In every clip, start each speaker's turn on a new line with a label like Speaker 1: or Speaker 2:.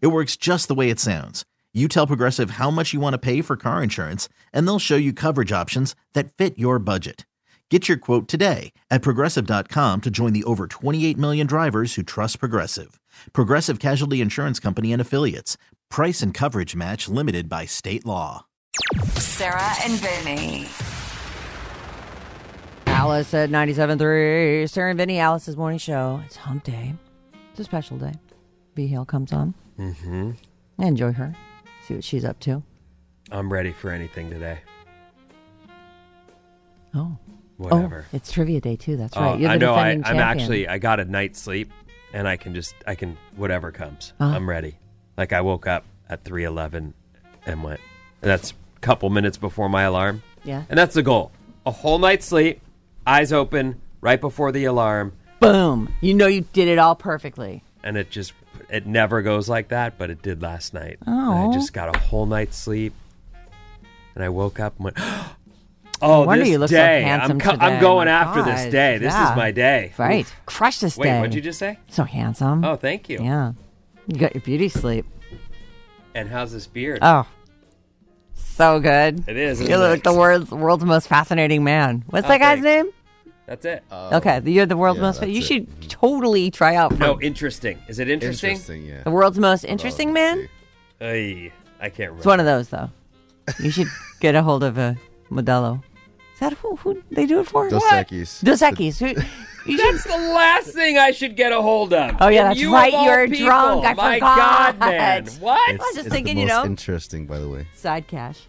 Speaker 1: It works just the way it sounds. You tell Progressive how much you want to pay for car insurance, and they'll show you coverage options that fit your budget. Get your quote today at progressive.com to join the over 28 million drivers who trust Progressive. Progressive Casualty Insurance Company and Affiliates. Price and coverage match limited by state law.
Speaker 2: Sarah and Vinny.
Speaker 3: Alice at 97.3. Sarah and Vinny, Alice's morning show. It's hump day. It's a special day. V Hill comes on. Mm-hmm. I enjoy her. See what she's up to.
Speaker 4: I'm ready for anything today.
Speaker 3: Oh.
Speaker 4: Whatever.
Speaker 3: Oh, it's trivia day too. That's
Speaker 4: Oh,
Speaker 3: right. You're the
Speaker 4: I know. I,
Speaker 3: defending
Speaker 4: I'm
Speaker 3: champion.
Speaker 4: actually. I got a night's sleep, and I can just. I can whatever comes.
Speaker 3: Uh-huh.
Speaker 4: I'm ready. Like I woke up at 3:11 and went. And that's a couple minutes before my alarm.
Speaker 3: Yeah.
Speaker 4: And that's the goal. A whole night's sleep, eyes open right before the alarm,
Speaker 3: Boom. You know you did it all perfectly.
Speaker 4: and it just. It never goes like that, but it did last night. And
Speaker 3: Oh.
Speaker 4: I just got a whole night's sleep, and I woke up and went. Oh,
Speaker 3: wonder
Speaker 4: this
Speaker 3: you look so
Speaker 4: day!
Speaker 3: handsome
Speaker 4: I'm, co-
Speaker 3: today.
Speaker 4: I'm going
Speaker 3: My
Speaker 4: after
Speaker 3: God.
Speaker 4: this day. This
Speaker 3: Yeah.
Speaker 4: is my day.
Speaker 3: Right.
Speaker 4: Oof.
Speaker 3: Crush this
Speaker 4: Wait,
Speaker 3: day.
Speaker 4: what'd you just say?
Speaker 3: So handsome.
Speaker 4: Oh, thank you.
Speaker 3: Yeah. You got your beauty sleep.
Speaker 4: And how's this beard?
Speaker 3: Oh. So good.
Speaker 4: It is,
Speaker 3: You
Speaker 4: isn't
Speaker 3: look
Speaker 4: it?
Speaker 3: the world's, world's most fascinating man. What's
Speaker 4: Oh,
Speaker 3: that guy's
Speaker 4: thanks. Oh.
Speaker 3: name?
Speaker 4: That's it.
Speaker 3: okay, you're the world's
Speaker 5: yeah,
Speaker 3: most.
Speaker 5: that's
Speaker 3: You
Speaker 5: it.
Speaker 3: should totally try out for
Speaker 4: no, interesting. Is it interesting?
Speaker 5: Interesting, yeah.
Speaker 3: the world's most
Speaker 4: Oh,
Speaker 3: interesting man.
Speaker 4: Ay, I can't remember.
Speaker 3: It's one of those though. You should get a hold of a Modelo. Is that who, who they do it for?
Speaker 5: Dos
Speaker 3: What?
Speaker 5: Equis.
Speaker 3: Dos Equis. Who- you should-
Speaker 4: That's the last thing I should get a hold of.
Speaker 3: Oh, yeah,
Speaker 4: And
Speaker 3: that's
Speaker 4: you
Speaker 3: right,
Speaker 4: of all
Speaker 3: you're
Speaker 4: people.
Speaker 3: drunk. I
Speaker 4: My
Speaker 3: forgot.
Speaker 4: God, man.
Speaker 3: was
Speaker 4: What?
Speaker 3: just
Speaker 5: It's
Speaker 3: thinking,
Speaker 5: the
Speaker 3: you
Speaker 5: most
Speaker 3: know.
Speaker 5: Interesting, by the way.
Speaker 3: Side cash.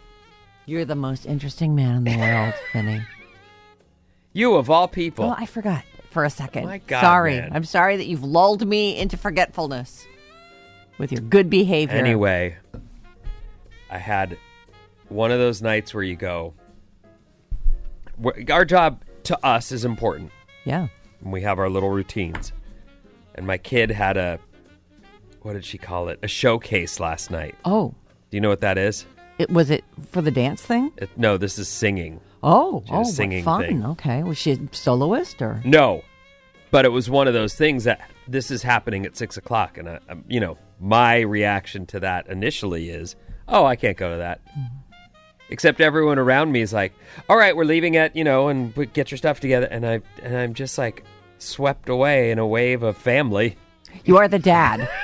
Speaker 3: You're the most interesting man in the world, Vinny.
Speaker 4: you of all people.
Speaker 3: Oh, I forgot for a second.
Speaker 4: My God,
Speaker 3: sorry.
Speaker 4: man.
Speaker 3: I'm sorry that you've lulled me into forgetfulness with your good behavior.
Speaker 4: anyway, I had one of those nights where you go. wh- Our job to us is important.
Speaker 3: Yeah.
Speaker 4: and we have our little routines. And my kid had a what did she call it? A showcase last night.
Speaker 3: Oh,
Speaker 4: Do you know what that is?
Speaker 3: it was it for the dance thing?
Speaker 4: It, no, this is singing.
Speaker 3: Oh,
Speaker 4: She
Speaker 3: oh,
Speaker 4: was
Speaker 3: what
Speaker 4: singing
Speaker 3: fun.
Speaker 4: thing.
Speaker 3: Okay, was she a soloist or?
Speaker 4: No, but it was one of those things that this is happening at six o'clock, and I, I, you know, my reaction to that initially is, oh, I can't go to that.
Speaker 3: Mm-hmm.
Speaker 4: Except everyone around me is like, all right, we're leaving at you know, and we get your stuff together, and I and I'm just like swept away in a wave of family.
Speaker 3: You are the dad.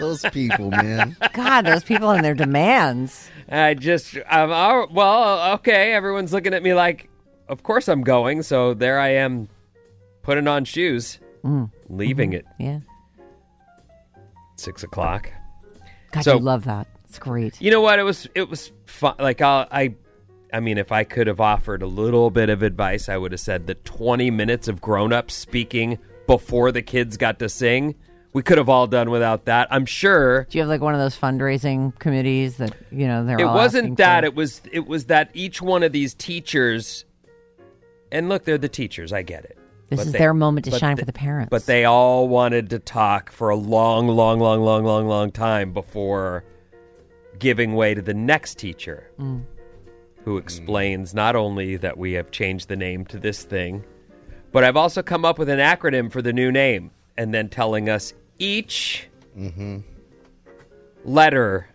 Speaker 5: Those people, man.
Speaker 3: God, those people and their demands.
Speaker 4: I just, I'm, all- well, okay. Everyone's looking at me like, of course I'm going. So there I am, putting on shoes,
Speaker 3: Mm.
Speaker 4: leaving it
Speaker 3: Yeah.
Speaker 4: at six o'clock.
Speaker 3: God,
Speaker 4: So-
Speaker 3: you love that. It's great.
Speaker 4: You know what? It was, it was fun. Like I'll, I, I mean, if I could have offered a little bit of advice, I would have said that 20 minutes of grown-ups speaking before the kids got to sing, we could have all done without that. I'm sure.
Speaker 3: Do you have like one of those fundraising committees that you know they're?
Speaker 4: it
Speaker 3: all asking
Speaker 4: wasn't that
Speaker 3: for-
Speaker 4: it was it was that each one of these teachers and look they're the teachers i get it
Speaker 3: This
Speaker 4: But
Speaker 3: is
Speaker 4: they-
Speaker 3: their moment to
Speaker 4: but
Speaker 3: shine
Speaker 4: they-
Speaker 3: for the parents.
Speaker 4: but they all wanted to talk for a long long long long long long time before giving way to the next teacher
Speaker 3: Mm.
Speaker 4: who explains not only that we have changed the name to this thing but i've also come up with an acronym for the new name and then telling us each letter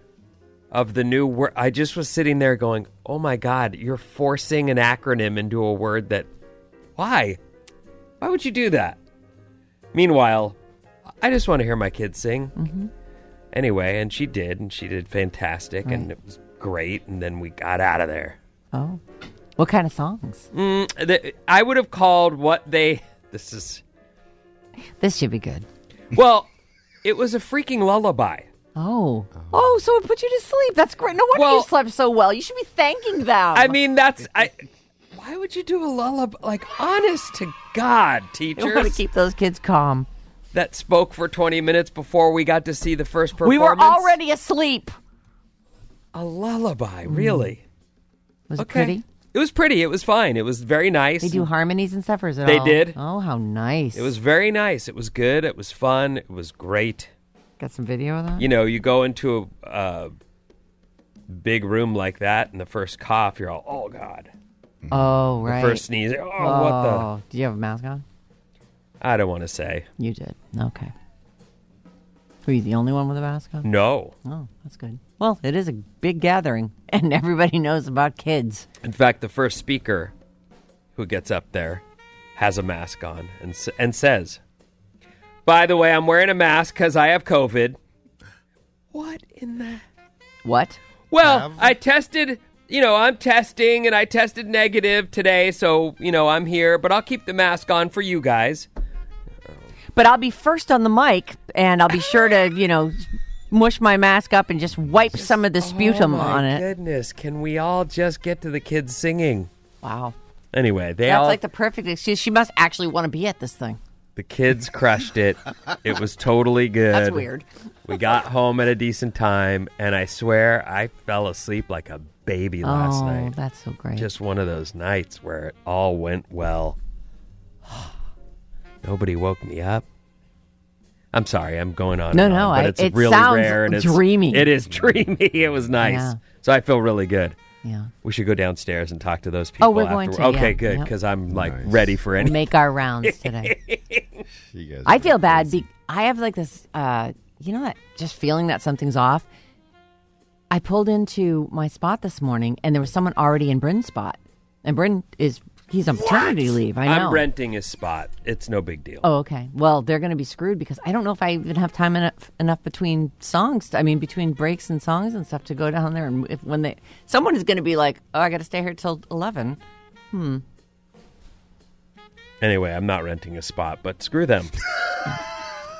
Speaker 4: of the new word. I just was sitting there going, "Oh my god, you're forcing an acronym into a word that why? Why would you do that?" Meanwhile, I just want to hear my kids sing. Anyway, and she did, and she did fantastic, and it was great. And then we got out of there.
Speaker 3: Oh, what kind of songs?
Speaker 4: Mm, th- I would have called what they. This is
Speaker 3: This should be good.
Speaker 4: well, it was a freaking lullaby.
Speaker 3: Oh. Oh, so it put you to sleep. That's great. No wonder you
Speaker 4: Well-
Speaker 3: slept so well. You should be thanking them.
Speaker 4: I mean, that's I. Why would you do a lullaby? Like, honest to God,
Speaker 3: you want to
Speaker 4: teachers
Speaker 3: keep those kids calm.
Speaker 4: that spoke for 20 minutes before we got to see the first performance.
Speaker 3: We were already asleep.
Speaker 4: a lullaby, really.
Speaker 3: Mm. Was
Speaker 4: Okay,
Speaker 3: it pretty?
Speaker 4: it was pretty. It was fine. It was very nice.
Speaker 3: They do harmonies and stuff, or is it
Speaker 4: They
Speaker 3: all-
Speaker 4: did.
Speaker 3: Oh, how nice.
Speaker 4: It was very nice. It was good. It was fun. It was great.
Speaker 3: Got some video of that?
Speaker 4: You know, you go into a uh, big room like that, and the first cough, you're all, oh god.
Speaker 3: oh, right.
Speaker 4: First sneeze, oh,
Speaker 3: oh,
Speaker 4: what the?
Speaker 3: Do you have a mask on?
Speaker 4: I don't want to say
Speaker 3: You did. Okay. Were you the only one with a mask on?
Speaker 4: no.
Speaker 3: Oh, that's good. Well, it is a big gathering, and everybody knows about kids.
Speaker 4: In fact, the first speaker who gets up there has a mask on and s- and says, "By the way, I'm wearing a mask because I have COVID." What in the?
Speaker 3: What?
Speaker 4: Well, I tested. You know, I'm testing, and I tested negative today, so you know I'm here. But I'll keep the mask on for you guys.
Speaker 3: But I'll be first on the mic, and I'll be sure to, you know, mush my mask up and just wipe some of the sputum
Speaker 4: oh my
Speaker 3: on it.
Speaker 4: Goodness, can we all just get to the kids singing?
Speaker 3: Wow.
Speaker 4: Anyway, they
Speaker 3: That's
Speaker 4: all
Speaker 3: like the perfect excuse. She must actually want to be at this thing.
Speaker 4: the kids crushed it. it was totally good.
Speaker 3: That's weird.
Speaker 4: We got home at a decent time, and I swear I fell asleep like a baby last
Speaker 3: oh,
Speaker 4: night.
Speaker 3: that's so great.
Speaker 4: Just one of those nights where it all went well. Nobody woke me up. I'm sorry, I'm going on.
Speaker 3: No,
Speaker 4: and on,
Speaker 3: no,
Speaker 4: but
Speaker 3: I-
Speaker 4: it's
Speaker 3: it
Speaker 4: really
Speaker 3: sounds
Speaker 4: rare and it's
Speaker 3: dreamy.
Speaker 4: It is dreamy. It was nice,
Speaker 3: Yeah.
Speaker 4: so I feel really good.
Speaker 3: yeah.
Speaker 4: We should go downstairs and talk to those people.
Speaker 3: Oh, we're going
Speaker 4: afterward.
Speaker 3: to,
Speaker 4: Okay,
Speaker 3: yeah,
Speaker 4: good,
Speaker 3: yep.
Speaker 4: because I'm like
Speaker 5: Nice.
Speaker 4: ready for
Speaker 3: We'll
Speaker 4: any.
Speaker 3: make our rounds today.
Speaker 5: You guys
Speaker 3: I
Speaker 5: are
Speaker 3: feel bad.
Speaker 5: crazy.
Speaker 3: Be- I have like this, uh, you know, that just feeling that something's off. I pulled into my spot this morning, and there was someone already in Bryn's spot, and Bryn is he's on paternity leave. I know.
Speaker 4: I'm renting a spot. It's no big deal.
Speaker 3: Oh, okay. Well, they're going to be screwed because I don't know if I even have time enough enough between songs. I mean, between breaks and songs and stuff to go down there. And if when they someone is going to be like, oh, I got to stay here till eleven.
Speaker 4: Anyway, I'm not renting a spot, but screw them.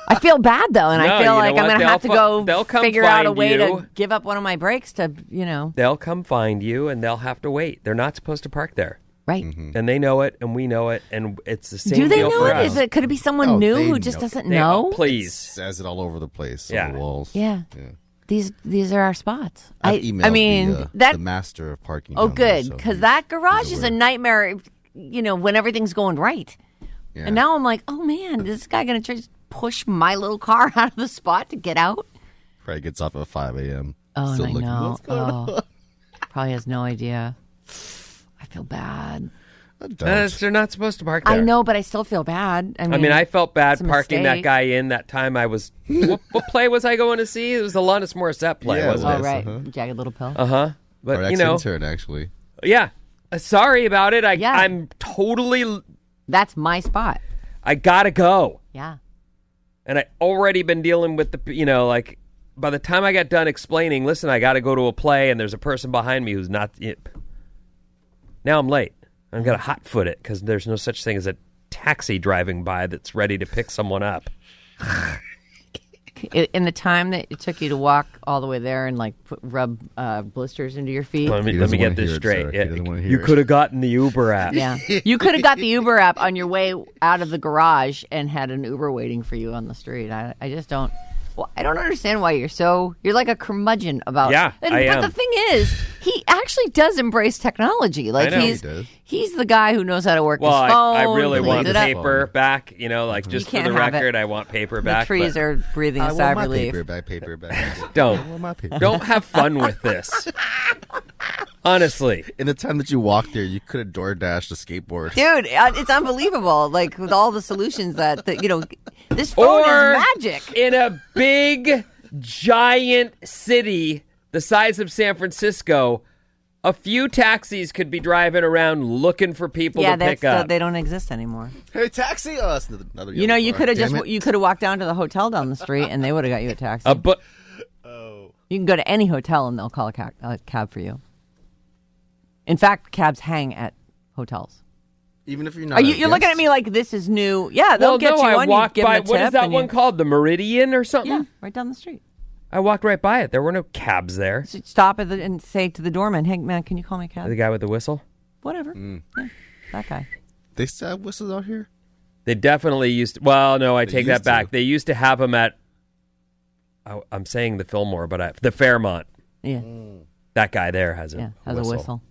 Speaker 3: I feel bad though, and
Speaker 4: No,
Speaker 3: I
Speaker 4: you
Speaker 3: feel
Speaker 4: know
Speaker 3: like I'm
Speaker 4: what?
Speaker 3: going to
Speaker 4: They'll
Speaker 3: have to
Speaker 4: fi-
Speaker 3: go
Speaker 4: they'll come
Speaker 3: figure out a
Speaker 4: find
Speaker 3: way
Speaker 4: you.
Speaker 3: to give up one of my breaks to you know
Speaker 4: They'll come find you and they'll have to wait. They're not supposed to park there.
Speaker 3: right.
Speaker 5: Hmm.
Speaker 4: And they know it and we know it and it's the Mm-hmm. same
Speaker 3: Do they
Speaker 4: deal
Speaker 3: know
Speaker 4: for
Speaker 3: it?
Speaker 4: us.
Speaker 3: Is it could it be someone
Speaker 5: Oh,
Speaker 3: new
Speaker 5: they
Speaker 3: who just
Speaker 5: know.
Speaker 3: doesn't
Speaker 4: They-
Speaker 3: know?
Speaker 4: oh, please.
Speaker 5: says it all over the place
Speaker 4: Yeah.
Speaker 5: on the walls.
Speaker 3: Yeah.
Speaker 5: yeah.
Speaker 3: These these are our spots.
Speaker 5: I've
Speaker 3: I
Speaker 5: emailed
Speaker 3: I mean
Speaker 5: the, uh,
Speaker 3: that
Speaker 5: the master of parking.
Speaker 3: Oh
Speaker 5: down there,
Speaker 3: good,
Speaker 5: so
Speaker 3: cuz
Speaker 5: he-
Speaker 3: that garage
Speaker 5: he's
Speaker 3: is a
Speaker 5: aware.
Speaker 3: nightmare you know when everything's going right.
Speaker 5: Yeah.
Speaker 3: And now I'm like, "Oh man, is this guy going to try to push my little car out of the spot to get out?"
Speaker 5: Probably gets off at 5 a.m.
Speaker 3: Oh,
Speaker 5: still
Speaker 3: and I
Speaker 5: looking.
Speaker 3: know.
Speaker 5: What's going on?
Speaker 3: Oh. Probably has no idea. I feel bad.
Speaker 5: I don't.
Speaker 4: Uh, they're not supposed to park there.
Speaker 3: I know, but I still feel bad. I mean,
Speaker 4: I mean, I felt bad
Speaker 3: it's a
Speaker 4: parking that
Speaker 3: mistake.
Speaker 4: guy in that time I was what, what play was I going to see? It was the Alanis Morissette play,
Speaker 5: Yeah, it
Speaker 4: wasn't
Speaker 3: Oh
Speaker 5: Yes,
Speaker 3: right,
Speaker 5: uh-huh.
Speaker 3: jagged little pill.
Speaker 4: it? Uh-huh.
Speaker 5: Our
Speaker 4: But you know,
Speaker 5: ex-intern actually.
Speaker 4: yeah. Uh, Sorry about it. I
Speaker 3: Yeah.
Speaker 4: I'm totally
Speaker 3: That's my spot.
Speaker 4: I got to go.
Speaker 3: Yeah.
Speaker 4: and I already been dealing with the you know like by the time I got done explaining, listen, I got to go to a play, and there's a person behind me who's not. Yep. Now I'm late. I'm gonna hot foot it because there's no such thing as a taxi driving by that's ready to pick someone up.
Speaker 3: I- in the time that it took you to walk all the way there and like put, rub uh, blisters into your feet.
Speaker 4: Let me
Speaker 5: He
Speaker 4: let
Speaker 5: doesn't
Speaker 4: me get
Speaker 5: wanna
Speaker 4: this
Speaker 5: hear it,
Speaker 4: straight.
Speaker 5: Sarah. He doesn't wanna hear
Speaker 4: you
Speaker 5: it.
Speaker 4: could have gotten the Uber app.
Speaker 3: Yeah, you could have got the Uber app on your way out of the garage and had an Uber waiting for you on the street. I, I just don't. Well, I don't understand why you're so. You're like a curmudgeon about.
Speaker 4: Yeah,
Speaker 3: and,
Speaker 4: I
Speaker 3: but
Speaker 4: am.
Speaker 3: the thing is, he actually does embrace technology. Like
Speaker 4: know. He
Speaker 3: he's
Speaker 5: does.
Speaker 3: he's the guy who knows how to work
Speaker 4: Well,
Speaker 3: his
Speaker 4: I,
Speaker 3: phone.
Speaker 4: I really
Speaker 3: cleans
Speaker 4: want
Speaker 3: it
Speaker 4: the
Speaker 3: up.
Speaker 4: paper back. You know,
Speaker 5: Uh-huh.
Speaker 4: like just for
Speaker 3: can't
Speaker 4: the
Speaker 3: have it.
Speaker 4: record, I want paper
Speaker 3: The
Speaker 4: back.
Speaker 3: trees
Speaker 4: but
Speaker 3: are breathing a
Speaker 5: I
Speaker 3: sigh
Speaker 5: want
Speaker 3: of
Speaker 5: my
Speaker 3: relief.
Speaker 5: paper back, paper back. I
Speaker 4: Don't
Speaker 5: want my paper.
Speaker 4: don't have fun with this. Honestly,
Speaker 5: In the time that you walked there, you could have door dashed a skateboard.
Speaker 3: Dude, uh, it's unbelievable. Like with all the solutions that, that you know, this phone
Speaker 4: or
Speaker 3: is magic.
Speaker 4: in a big giant city the size of San Francisco. A few taxis could be driving around looking for people
Speaker 3: Yeah,
Speaker 4: to
Speaker 3: that's
Speaker 4: pick up.
Speaker 3: the, they don't exist anymore.
Speaker 5: Hey, taxi us! Another- another
Speaker 3: You know,
Speaker 5: yellow
Speaker 3: you
Speaker 5: car.
Speaker 3: could have
Speaker 5: Damn
Speaker 3: just
Speaker 5: it.
Speaker 3: you could have walked down to the hotel down the street, and they would have got you a taxi.
Speaker 4: a bu-
Speaker 3: you can go to any hotel, and they'll call a, ca- a cab for you. In fact, cabs hang at hotels.
Speaker 5: even if you're not.
Speaker 3: Are you,
Speaker 5: a
Speaker 3: you're looking
Speaker 5: guest,
Speaker 3: at me like this is new? Yeah, they'll
Speaker 4: Oh, well,
Speaker 3: get
Speaker 4: no,
Speaker 3: you
Speaker 4: I
Speaker 3: one.
Speaker 4: walked
Speaker 3: you give
Speaker 4: by.
Speaker 3: them a
Speaker 4: what
Speaker 3: tip
Speaker 4: is that
Speaker 3: and
Speaker 4: one
Speaker 3: you,
Speaker 4: called? The Meridian or something?
Speaker 3: Yeah, right down the street.
Speaker 4: I walked right by it. There were no cabs there.
Speaker 3: So stop at the, and say to the doorman, "Hey man, can you call me a cab?"
Speaker 4: The guy with the whistle.
Speaker 3: Whatever.
Speaker 4: Mm.
Speaker 3: Yeah, that guy.
Speaker 5: They still have whistles out here?
Speaker 4: They definitely used. well, no, I
Speaker 5: They
Speaker 4: take that
Speaker 5: used to.
Speaker 4: back. They used to have them at. I, I'm saying the Fillmore, but I, the Fairmont.
Speaker 3: Yeah,
Speaker 4: Mm. That guy there has a
Speaker 3: yeah. Has a whistle.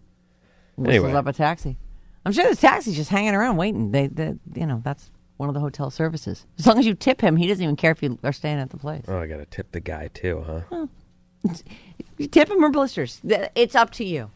Speaker 3: Whistles
Speaker 4: Anyway.
Speaker 3: up a taxi. I'm sure this taxi's just hanging around waiting. They, they, you know, that's one of the hotel services. As long as you tip him, he doesn't even care if you are staying at the place.
Speaker 4: Oh, I gotta tip the guy too, huh?
Speaker 3: You tip him or blisters. Th- It's up to you.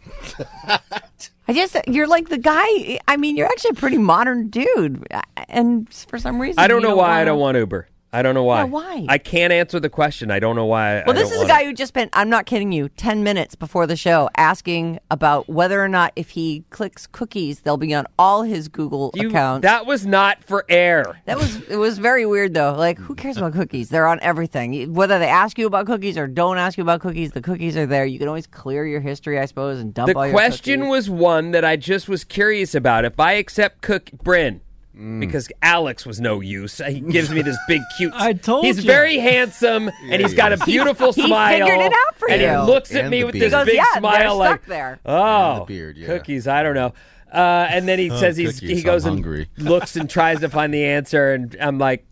Speaker 3: I just, you're like the guy. I mean, you're actually a pretty modern dude, I- and for some reason,
Speaker 4: I don't
Speaker 3: you
Speaker 4: know why I
Speaker 3: wanna-
Speaker 4: don't want Uber. I don't know why.
Speaker 3: Yeah, why?
Speaker 4: I can't answer the question. I don't know why. I
Speaker 3: Well, this is
Speaker 4: don't
Speaker 3: a
Speaker 4: want
Speaker 3: guy
Speaker 4: it.
Speaker 3: who just spent, I'm not kidding you, 10 minutes before the show asking about whether or not if he clicks cookies, they'll be on all his Google
Speaker 4: You-
Speaker 3: accounts.
Speaker 4: That was not for air.
Speaker 3: That was it was very weird though. Like who cares about cookies? They're on everything. You- Whether they ask you about cookies or don't ask you about cookies, the cookies are there. You can always clear your history, I suppose, and dump
Speaker 4: The
Speaker 3: all your
Speaker 4: question
Speaker 3: cookies.
Speaker 4: was one that I just was curious about. If I accept Cook Bryn, because Alex was no use, he gives me this big cute.
Speaker 6: I told
Speaker 4: he's
Speaker 6: you.
Speaker 4: very handsome and he's got a beautiful
Speaker 3: He- he
Speaker 4: smile.
Speaker 3: figured it out for
Speaker 4: and
Speaker 3: you.
Speaker 4: he looks at
Speaker 5: And
Speaker 4: me
Speaker 5: the
Speaker 4: with
Speaker 5: beard.
Speaker 4: this
Speaker 5: He goes,
Speaker 4: big
Speaker 3: "Yeah, they're
Speaker 4: smile, like
Speaker 3: stuck there."
Speaker 4: oh,
Speaker 5: the beard, yeah.
Speaker 4: cookies. I don't know. Uh, and then he says he's
Speaker 5: cookies,
Speaker 4: he goes
Speaker 5: I'm
Speaker 4: and
Speaker 5: hungry.
Speaker 4: looks and tries to find the answer, and I'm like,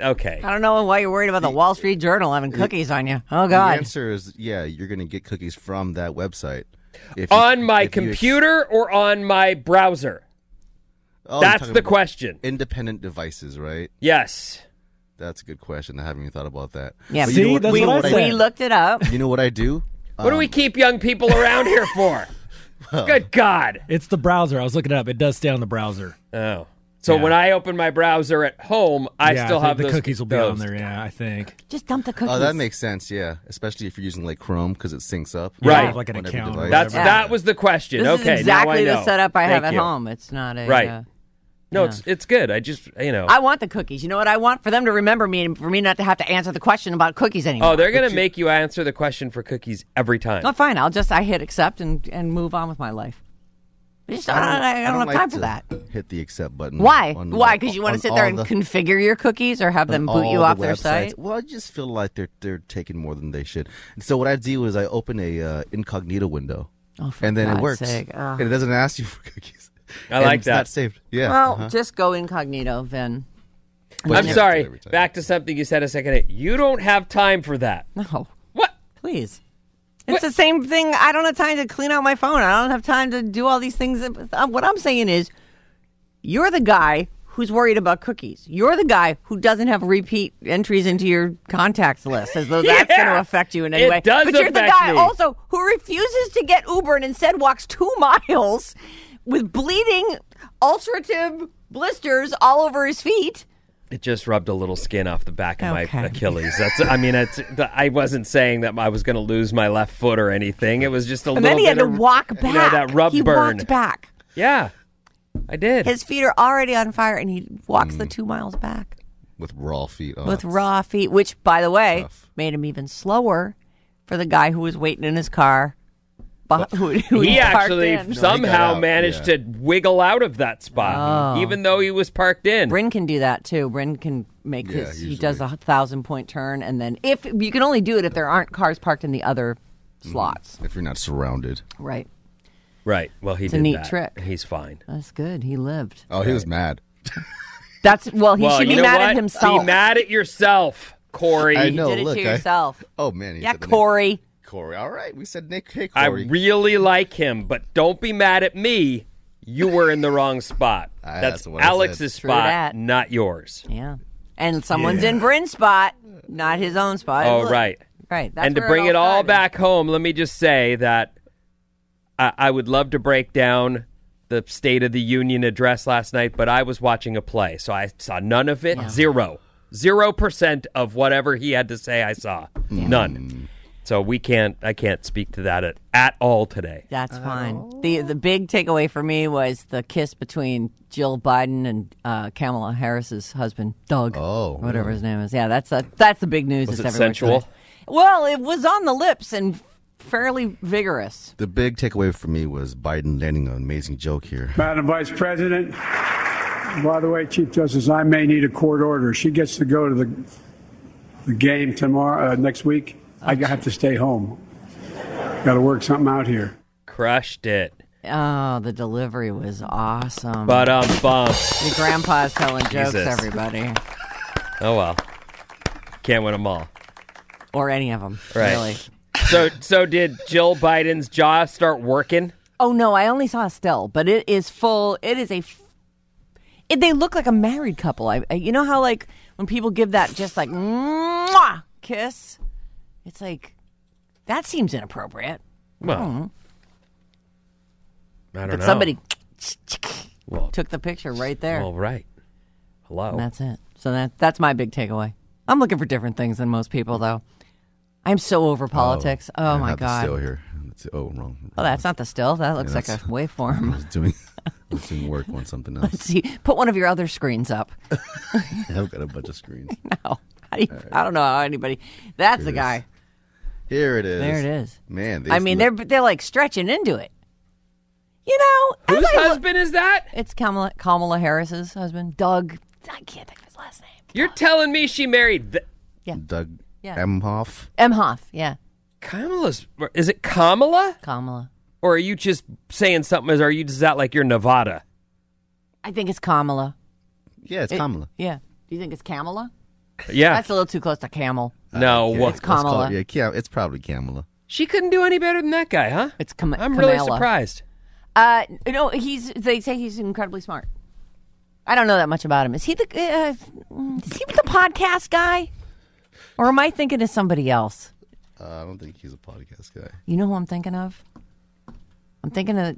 Speaker 4: okay.
Speaker 3: I don't know why you're worried about the Wall Street Journal having cookies on you.
Speaker 5: The
Speaker 3: Oh God.
Speaker 5: answer is yeah, you're going to get cookies from that website. If you-
Speaker 4: on my
Speaker 5: if you ex-
Speaker 4: computer or on my browser?
Speaker 5: Oh, you're
Speaker 4: That's
Speaker 5: talking
Speaker 4: the
Speaker 5: about
Speaker 4: question.
Speaker 5: Independent devices, right?
Speaker 4: Yes.
Speaker 5: That's a good question. I haven't even thought about that.
Speaker 3: Yeah.
Speaker 5: But
Speaker 6: See,
Speaker 5: you know what,
Speaker 6: that's
Speaker 5: you know
Speaker 6: what I
Speaker 5: what I
Speaker 6: said.
Speaker 3: We looked it up.
Speaker 5: You know what I do?
Speaker 4: What do
Speaker 5: Um,
Speaker 4: we keep young people around here for? Good God.
Speaker 6: It's the browser. I was looking it up. It does stay on the browser.
Speaker 4: Oh. So
Speaker 6: Yeah.
Speaker 4: when I open my browser at home, I
Speaker 6: Yeah,
Speaker 4: still
Speaker 6: think
Speaker 4: have
Speaker 6: the
Speaker 4: those
Speaker 6: cookies will be
Speaker 4: those.
Speaker 6: on there. Yeah, I think.
Speaker 3: Just dump the cookies.
Speaker 5: Oh, that makes sense. Yeah, especially if you're using like Chrome because it syncs up.
Speaker 4: Right.
Speaker 6: Yeah, like an
Speaker 5: On every
Speaker 6: account. or
Speaker 5: device.
Speaker 4: That's
Speaker 6: whatever.
Speaker 4: that was the question.
Speaker 3: This
Speaker 4: okay,
Speaker 3: is exactly
Speaker 4: now I know.
Speaker 3: the setup I have
Speaker 4: Thank
Speaker 3: at
Speaker 4: you.
Speaker 3: home. It's not a
Speaker 4: Right.
Speaker 3: uh,
Speaker 4: No, it's it's good. I just you know.
Speaker 3: I want the cookies. You know what? I want for them to remember me and for me not to have to answer the question about cookies anymore.
Speaker 4: oh, they're gonna make you answer the question for cookies every time.
Speaker 3: Oh, fine. I'll just I hit accept and and move on with my life. I just I don't, I don't, have
Speaker 5: like
Speaker 3: time for
Speaker 5: to
Speaker 3: that.
Speaker 5: Hit the accept button.
Speaker 3: Why?
Speaker 5: on-
Speaker 3: Why? Because you want
Speaker 5: on
Speaker 3: to sit there
Speaker 5: all
Speaker 3: and
Speaker 5: the-
Speaker 3: configure your cookies or have them
Speaker 5: on
Speaker 3: boot you
Speaker 5: all
Speaker 3: off
Speaker 5: the
Speaker 3: their
Speaker 5: websites.
Speaker 3: site?
Speaker 5: Well, I just feel like they're they're taking more than they should. And so what I do is I open a uh, incognito window,
Speaker 3: Oh, for
Speaker 5: and then
Speaker 3: God's
Speaker 5: it works,
Speaker 3: sake. Oh.
Speaker 5: and it doesn't ask you for cookies.
Speaker 4: I
Speaker 5: And
Speaker 4: like
Speaker 5: it's
Speaker 4: that.
Speaker 5: Not saved. Yeah.
Speaker 3: Well,
Speaker 5: uh-huh.
Speaker 3: just go incognito, then.
Speaker 5: But you have to
Speaker 4: I'm
Speaker 5: do it
Speaker 4: sorry.
Speaker 5: every time.
Speaker 4: Back to something you said a second. ago. You don't have time for that.
Speaker 3: No,
Speaker 4: What?
Speaker 3: please. It's the same thing. I don't have time to clean out my phone. I don't have time to do all these things. Uh, What I'm saying is, you're the guy who's worried about cookies. You're the guy who doesn't have repeat entries into your contacts list, as though that's
Speaker 4: Yeah.
Speaker 3: going to affect you in
Speaker 4: It
Speaker 3: any way.
Speaker 4: does
Speaker 3: but you're the
Speaker 4: affect
Speaker 3: guy
Speaker 4: me.
Speaker 3: also who refuses to get Uber and instead walks two miles with bleeding, ulcerative blisters all over his feet.
Speaker 4: It just rubbed a little skin off the back of
Speaker 3: Okay.
Speaker 4: my Achilles. That's. I mean, it's. I wasn't saying that I was going to lose my left foot or anything. It was just a
Speaker 3: And
Speaker 4: little
Speaker 3: then he had
Speaker 4: bit
Speaker 3: to
Speaker 4: of-
Speaker 3: walk back.
Speaker 4: you know, that rub
Speaker 3: he
Speaker 4: burn.
Speaker 3: walked back.
Speaker 4: Yeah, I did.
Speaker 3: His feet are already on fire, and he walks
Speaker 5: Mm.
Speaker 3: the two miles back
Speaker 5: with raw feet. On.
Speaker 3: with raw feet, which, by the way,
Speaker 5: Rough.
Speaker 3: made him even slower for the guy who was waiting in his car. beh- Who, who
Speaker 4: he
Speaker 3: parked
Speaker 4: actually
Speaker 3: in.
Speaker 4: somehow
Speaker 5: out,
Speaker 4: managed
Speaker 5: yeah.
Speaker 4: to wiggle out of that spot,
Speaker 3: Oh.
Speaker 4: even though he was parked in.
Speaker 3: Bryn can do that too. Bryn can make
Speaker 5: Yeah,
Speaker 3: his. He does a thousand point turn, and then if you can only do it if there aren't cars parked in the other slots,
Speaker 5: Mm. If you're not surrounded.
Speaker 3: right?
Speaker 4: right. Well, he
Speaker 3: It's a
Speaker 4: did
Speaker 3: neat
Speaker 4: that.
Speaker 3: trick.
Speaker 4: He's fine.
Speaker 3: That's good. He lived.
Speaker 5: Oh, he was mad.
Speaker 3: That's well. He
Speaker 4: well,
Speaker 3: should be
Speaker 4: you know
Speaker 3: mad
Speaker 4: what?
Speaker 3: at himself.
Speaker 4: Be mad at yourself, Corey.
Speaker 5: I
Speaker 3: You
Speaker 5: know. No,
Speaker 3: did it
Speaker 5: look,
Speaker 3: to
Speaker 5: I-
Speaker 3: yourself.
Speaker 5: Oh man. he
Speaker 3: yeah,
Speaker 5: said the name-
Speaker 3: Corey.
Speaker 5: Corey. All right. We said Nick. Hey,
Speaker 4: I
Speaker 5: Corey.
Speaker 4: really like him, but don't be mad at me. You were in the wrong spot.
Speaker 5: Ah,
Speaker 4: that's
Speaker 5: that's what I said.
Speaker 4: Alex's
Speaker 3: True
Speaker 4: spot,
Speaker 3: that.
Speaker 4: not yours.
Speaker 3: Yeah. And someone's in Bryn's spot, not his own spot.
Speaker 4: Oh,
Speaker 3: Look.
Speaker 4: right.
Speaker 3: Right. That's
Speaker 4: and to
Speaker 3: where
Speaker 4: bring it all
Speaker 3: started.
Speaker 4: back home, let me just say that I, I would love to break down the State of the Union address last night, but I was watching a play, so I saw none of it. Zero. Zero percent of whatever he had to say, I saw. None. So we can't, I can't speak to that at, at all today.
Speaker 3: That's fine. The the big takeaway for me was the kiss between Jill Biden and uh, Kamala Harris's husband, Doug.
Speaker 5: Oh,
Speaker 3: Whatever his name is. Yeah, that's a, that's the big news.
Speaker 4: Was
Speaker 3: that's
Speaker 4: it
Speaker 3: everywhere
Speaker 4: sensual?
Speaker 3: today. Well, it was on the lips and fairly vigorous.
Speaker 5: The big takeaway for me was Biden landing an amazing joke here.
Speaker 7: Madam Vice President, by the way, Chief Justice, I may need a court order. She gets to go to the, the game tomorrow, uh, next week. I have to stay home. Got to work something out here.
Speaker 4: Crushed it.
Speaker 3: Oh, the delivery was awesome.
Speaker 4: But um, bump.
Speaker 3: Your grandpa's telling jokes,
Speaker 4: Jesus.
Speaker 3: everybody,
Speaker 4: Oh well, can't win them all.
Speaker 3: or any of them,
Speaker 4: Right.
Speaker 3: really.
Speaker 4: So so did Jill Biden's jaw start working?
Speaker 3: Oh no, I only saw Estelle, but it is full. It is a. f- It, they look like a married couple. I, I- you know how like when people give that just like mwah, kiss, it's like that seems inappropriate.
Speaker 4: Well,
Speaker 3: Mm.
Speaker 4: I don't
Speaker 3: but
Speaker 4: know.
Speaker 3: somebody
Speaker 4: Well,
Speaker 3: took the picture right there.
Speaker 4: Well, right. Hello.
Speaker 3: And that's it. So that that's my big takeaway. I'm looking for different things than most people, though. I'm so over politics. Oh,
Speaker 5: I
Speaker 3: my
Speaker 5: have the
Speaker 3: god.
Speaker 5: Still here. It's- oh, wrong. wrong.
Speaker 3: Oh, that's not the still. That looks
Speaker 5: Yeah,
Speaker 3: like a
Speaker 5: that's- I
Speaker 3: waveform.
Speaker 5: was doing, I was doing work on something
Speaker 3: Let's
Speaker 5: else.
Speaker 3: see. Put one of your other screens up.
Speaker 5: I've got a bunch of screens.
Speaker 3: No, How do you- I don't know how anybody. That's the
Speaker 5: Here it
Speaker 3: guy.
Speaker 5: Here it is.
Speaker 3: There it is.
Speaker 5: Man,
Speaker 3: I mean, they're they're like stretching into it. You know,
Speaker 4: whose husband is that?
Speaker 3: It's Kamala Kamala Harris's husband, Doug. I can't think of his last name.
Speaker 4: You're telling me she married th-
Speaker 5: Doug
Speaker 3: Yeah.
Speaker 5: Emhoff.
Speaker 3: Emhoff. Yeah,
Speaker 4: Kamala's? Is it Kamala?
Speaker 3: Kamala.
Speaker 4: Or are you just saying something? As are you? Is that like you're Nevada?
Speaker 3: I think it's Kamala.
Speaker 5: Yeah, it's
Speaker 3: It-
Speaker 5: Kamala.
Speaker 3: Yeah. Do you think it's Kamala?
Speaker 4: Yeah.
Speaker 3: That's a little too close to camel.
Speaker 4: no.
Speaker 5: Yeah,
Speaker 3: It's Kamala.
Speaker 5: called- yeah, Cam- it's probably Kamala.
Speaker 4: She couldn't do any better than that guy, huh?
Speaker 3: It's Kam-
Speaker 4: I'm really
Speaker 3: Kamala.
Speaker 4: surprised.
Speaker 3: Uh, no, he's. They say he's incredibly smart. I don't know that much about him. Is he the? Uh, mm, is he the podcast guy, or am I thinking of somebody else?
Speaker 5: Uh, I don't think he's a podcast guy.
Speaker 3: You know who I'm thinking of? I'm thinking of.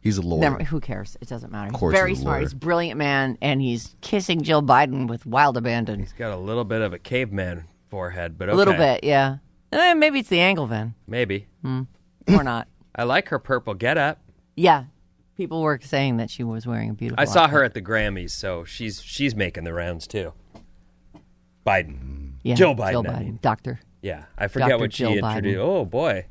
Speaker 5: He's a lawyer.
Speaker 3: Never, who cares? It doesn't matter.
Speaker 5: Of course
Speaker 3: he's very
Speaker 5: he's a
Speaker 3: smart.
Speaker 5: lawyer.
Speaker 3: He's a brilliant man, and he's kissing Jill Biden with wild abandon.
Speaker 4: He's got a little bit of a caveman forehead, but
Speaker 3: A little
Speaker 4: okay.
Speaker 3: bit, yeah. Eh, maybe it's the angle then,
Speaker 4: Maybe.
Speaker 3: or not.
Speaker 4: I like her purple getup.
Speaker 3: Yeah, people were saying that she was wearing a beautiful.
Speaker 4: I saw
Speaker 3: outfit.
Speaker 4: her at the Grammys, so she's she's making the rounds too. Biden,
Speaker 3: Yeah,
Speaker 4: Jill Biden.
Speaker 3: Jill
Speaker 4: I mean.
Speaker 3: Biden, doctor.
Speaker 4: Yeah, I forget
Speaker 3: Dr.
Speaker 4: what
Speaker 3: Jill
Speaker 4: she
Speaker 3: Biden.
Speaker 4: introduced. Oh boy,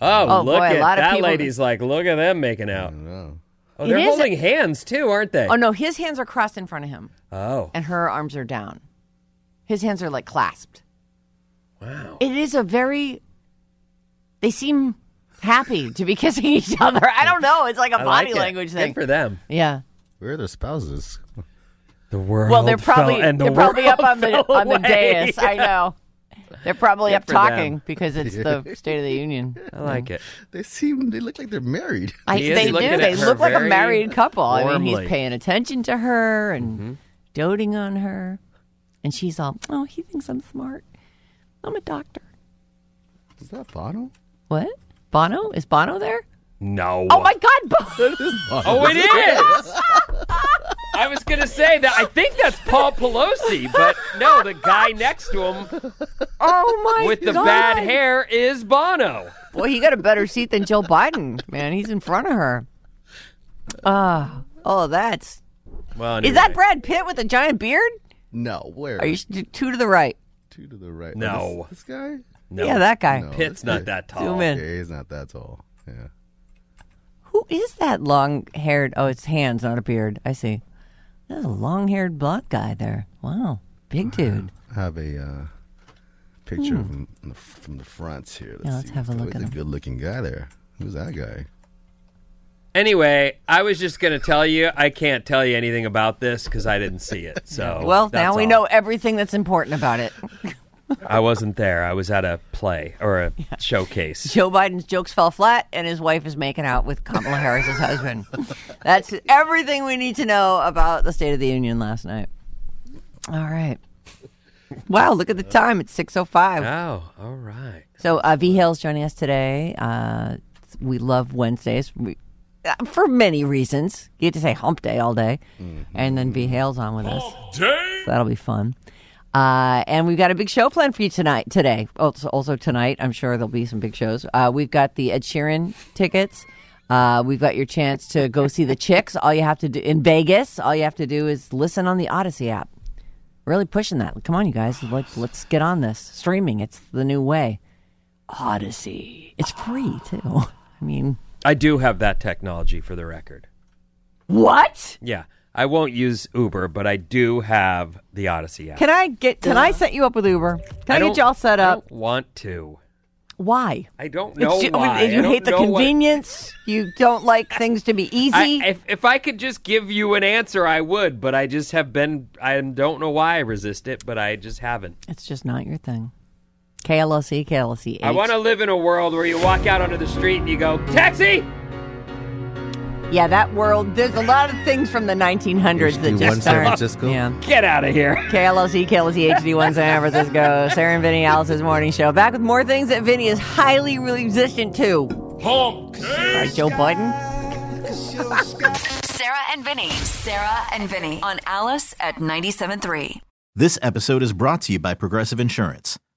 Speaker 4: oh,
Speaker 3: Oh,
Speaker 4: look
Speaker 3: boy, a
Speaker 4: at
Speaker 3: lot of
Speaker 4: that
Speaker 3: people-
Speaker 4: lady's like, look at them making out. Oh,
Speaker 3: It
Speaker 4: they're
Speaker 3: is-
Speaker 4: holding hands too, aren't they?
Speaker 3: Oh no, his hands are crossed in front of him.
Speaker 4: Oh,
Speaker 3: and her arms are down. His hands are like clasped. Wow. It is a very they seem happy to be kissing each other. I don't know. It's like a
Speaker 4: I like
Speaker 3: body
Speaker 4: it.
Speaker 3: language thing.
Speaker 4: Good for them.
Speaker 3: yeah.
Speaker 5: Where are their spouses?
Speaker 4: The world.
Speaker 3: Well, they're probably
Speaker 4: fell, and the
Speaker 3: they're probably
Speaker 4: world
Speaker 3: up on the
Speaker 4: fell
Speaker 3: on the
Speaker 4: away.
Speaker 3: dais. I know. They're probably
Speaker 4: Good
Speaker 3: up
Speaker 4: for them.
Speaker 3: talking because it's the State of the Union.
Speaker 4: I like it.
Speaker 5: They seem. They look like they're married.
Speaker 3: I,
Speaker 4: He is
Speaker 3: they do.
Speaker 4: looking at
Speaker 3: They
Speaker 4: her
Speaker 3: look like a
Speaker 4: very
Speaker 3: married couple. I mean,
Speaker 4: warmly. Mm-hmm.
Speaker 3: he's paying attention to her and doting on her, and she's all, "Oh, he thinks I'm smart. I'm a doctor."
Speaker 5: Is that Bono?
Speaker 3: What? Bono? Is Bono there?
Speaker 4: No.
Speaker 3: Oh my God! Bono.
Speaker 4: Oh, it is. I was gonna say that I think that's Paul Pelosi, but no, the guy next to him
Speaker 3: Oh my
Speaker 4: with the
Speaker 3: God.
Speaker 4: bad hair is Bono.
Speaker 3: Boy, he got a better seat than Joe Biden. Man, he's in front of her. Ah, oh, that's
Speaker 4: Well,
Speaker 3: is that Brad Pitt with a giant beard?
Speaker 5: No. Where?
Speaker 3: Are you two to the right?
Speaker 5: two to the right?
Speaker 4: No.
Speaker 5: This, this guy?
Speaker 4: No.
Speaker 3: Yeah, that guy.
Speaker 5: No,
Speaker 4: Pitt's
Speaker 5: this
Speaker 4: not
Speaker 5: guy-
Speaker 4: that tall.
Speaker 3: Zoom in.
Speaker 5: Yeah, he's not that tall. Yeah.
Speaker 3: Who is that long-haired? Oh, it's hands, not a beard. I see. That's a long-haired black guy there. Wow, big dude.
Speaker 5: I have a uh, picture of him from the, from the front here. Let's
Speaker 3: Hmm. Yeah, let's
Speaker 5: see.
Speaker 3: have a look
Speaker 5: He's
Speaker 3: at
Speaker 5: a
Speaker 3: him.
Speaker 5: good-looking guy there. Who's that guy?
Speaker 4: Anyway, I was just gonna tell you I can't tell you anything about this because I didn't see it. So
Speaker 3: Well, now
Speaker 4: that's
Speaker 3: we
Speaker 4: all.
Speaker 3: know everything that's important about it.
Speaker 4: I wasn't there. I was at a play or a showcase.
Speaker 3: Joe Biden's jokes fell flat, and his wife is making out with Kamala Harris's husband. That's everything we need to know about the State of the Union last night. All right. Wow, look at the time. It's 6.05.
Speaker 4: Oh, all right.
Speaker 3: So uh, V Hale's joining us today. Uh, we love Wednesdays we, uh, for many reasons. You get to say hump day all day. And then V Hale's on with us. So that'll be fun. Uh, and we've got a big show planned for you tonight, today. Also, also tonight, I'm sure there'll be some big shows. Uh, we've got the Ed Sheeran tickets. Uh, we've got your chance to go see the Chicks. All you have to do in Vegas, all you have to do is listen on the Odyssey app. Really pushing that. Come on, you guys. Like, let's get on this. Streaming, it's the new way. Odyssey. It's free too. I mean,
Speaker 4: I do have that technology for the record.
Speaker 3: what?
Speaker 4: Yeah. I won't use Uber, but I do have the Odyssey app.
Speaker 8: Can I get? Can I set you up with Uber? Can I,
Speaker 4: I don't-
Speaker 8: get y'all set
Speaker 4: I
Speaker 8: up?
Speaker 4: don't want to.
Speaker 8: Why?
Speaker 4: I don't
Speaker 8: It's
Speaker 4: know
Speaker 8: ju-
Speaker 4: why.
Speaker 8: You
Speaker 4: I don't
Speaker 8: hate the
Speaker 4: know what-
Speaker 8: convenience. You don't like things to be easy.
Speaker 4: I, if, if I could just give you an answer, I would, but I just have been, I don't know why I resist it, but I just haven't.
Speaker 3: It's just not your thing. KLLC, KLLC.
Speaker 4: I want to live in a world where you walk out onto the street and you go, taxi!
Speaker 8: yeah, that world. There's a lot of things from the 1900s that
Speaker 5: HD1
Speaker 8: just
Speaker 5: San
Speaker 8: aren't.
Speaker 5: Francisco.
Speaker 8: Yeah.
Speaker 4: Get out of here.
Speaker 8: KLOC, KLOC, HD1 San Francisco. Sarah and Vinny, Alice's morning show. Back with more things that Vinny is highly resistant to.
Speaker 4: Home.
Speaker 8: Right, Joe Biden.
Speaker 2: Sarah and Vinny. Sarah and Vinny on Alice at 97.3.
Speaker 1: This episode is brought to you by Progressive Insurance.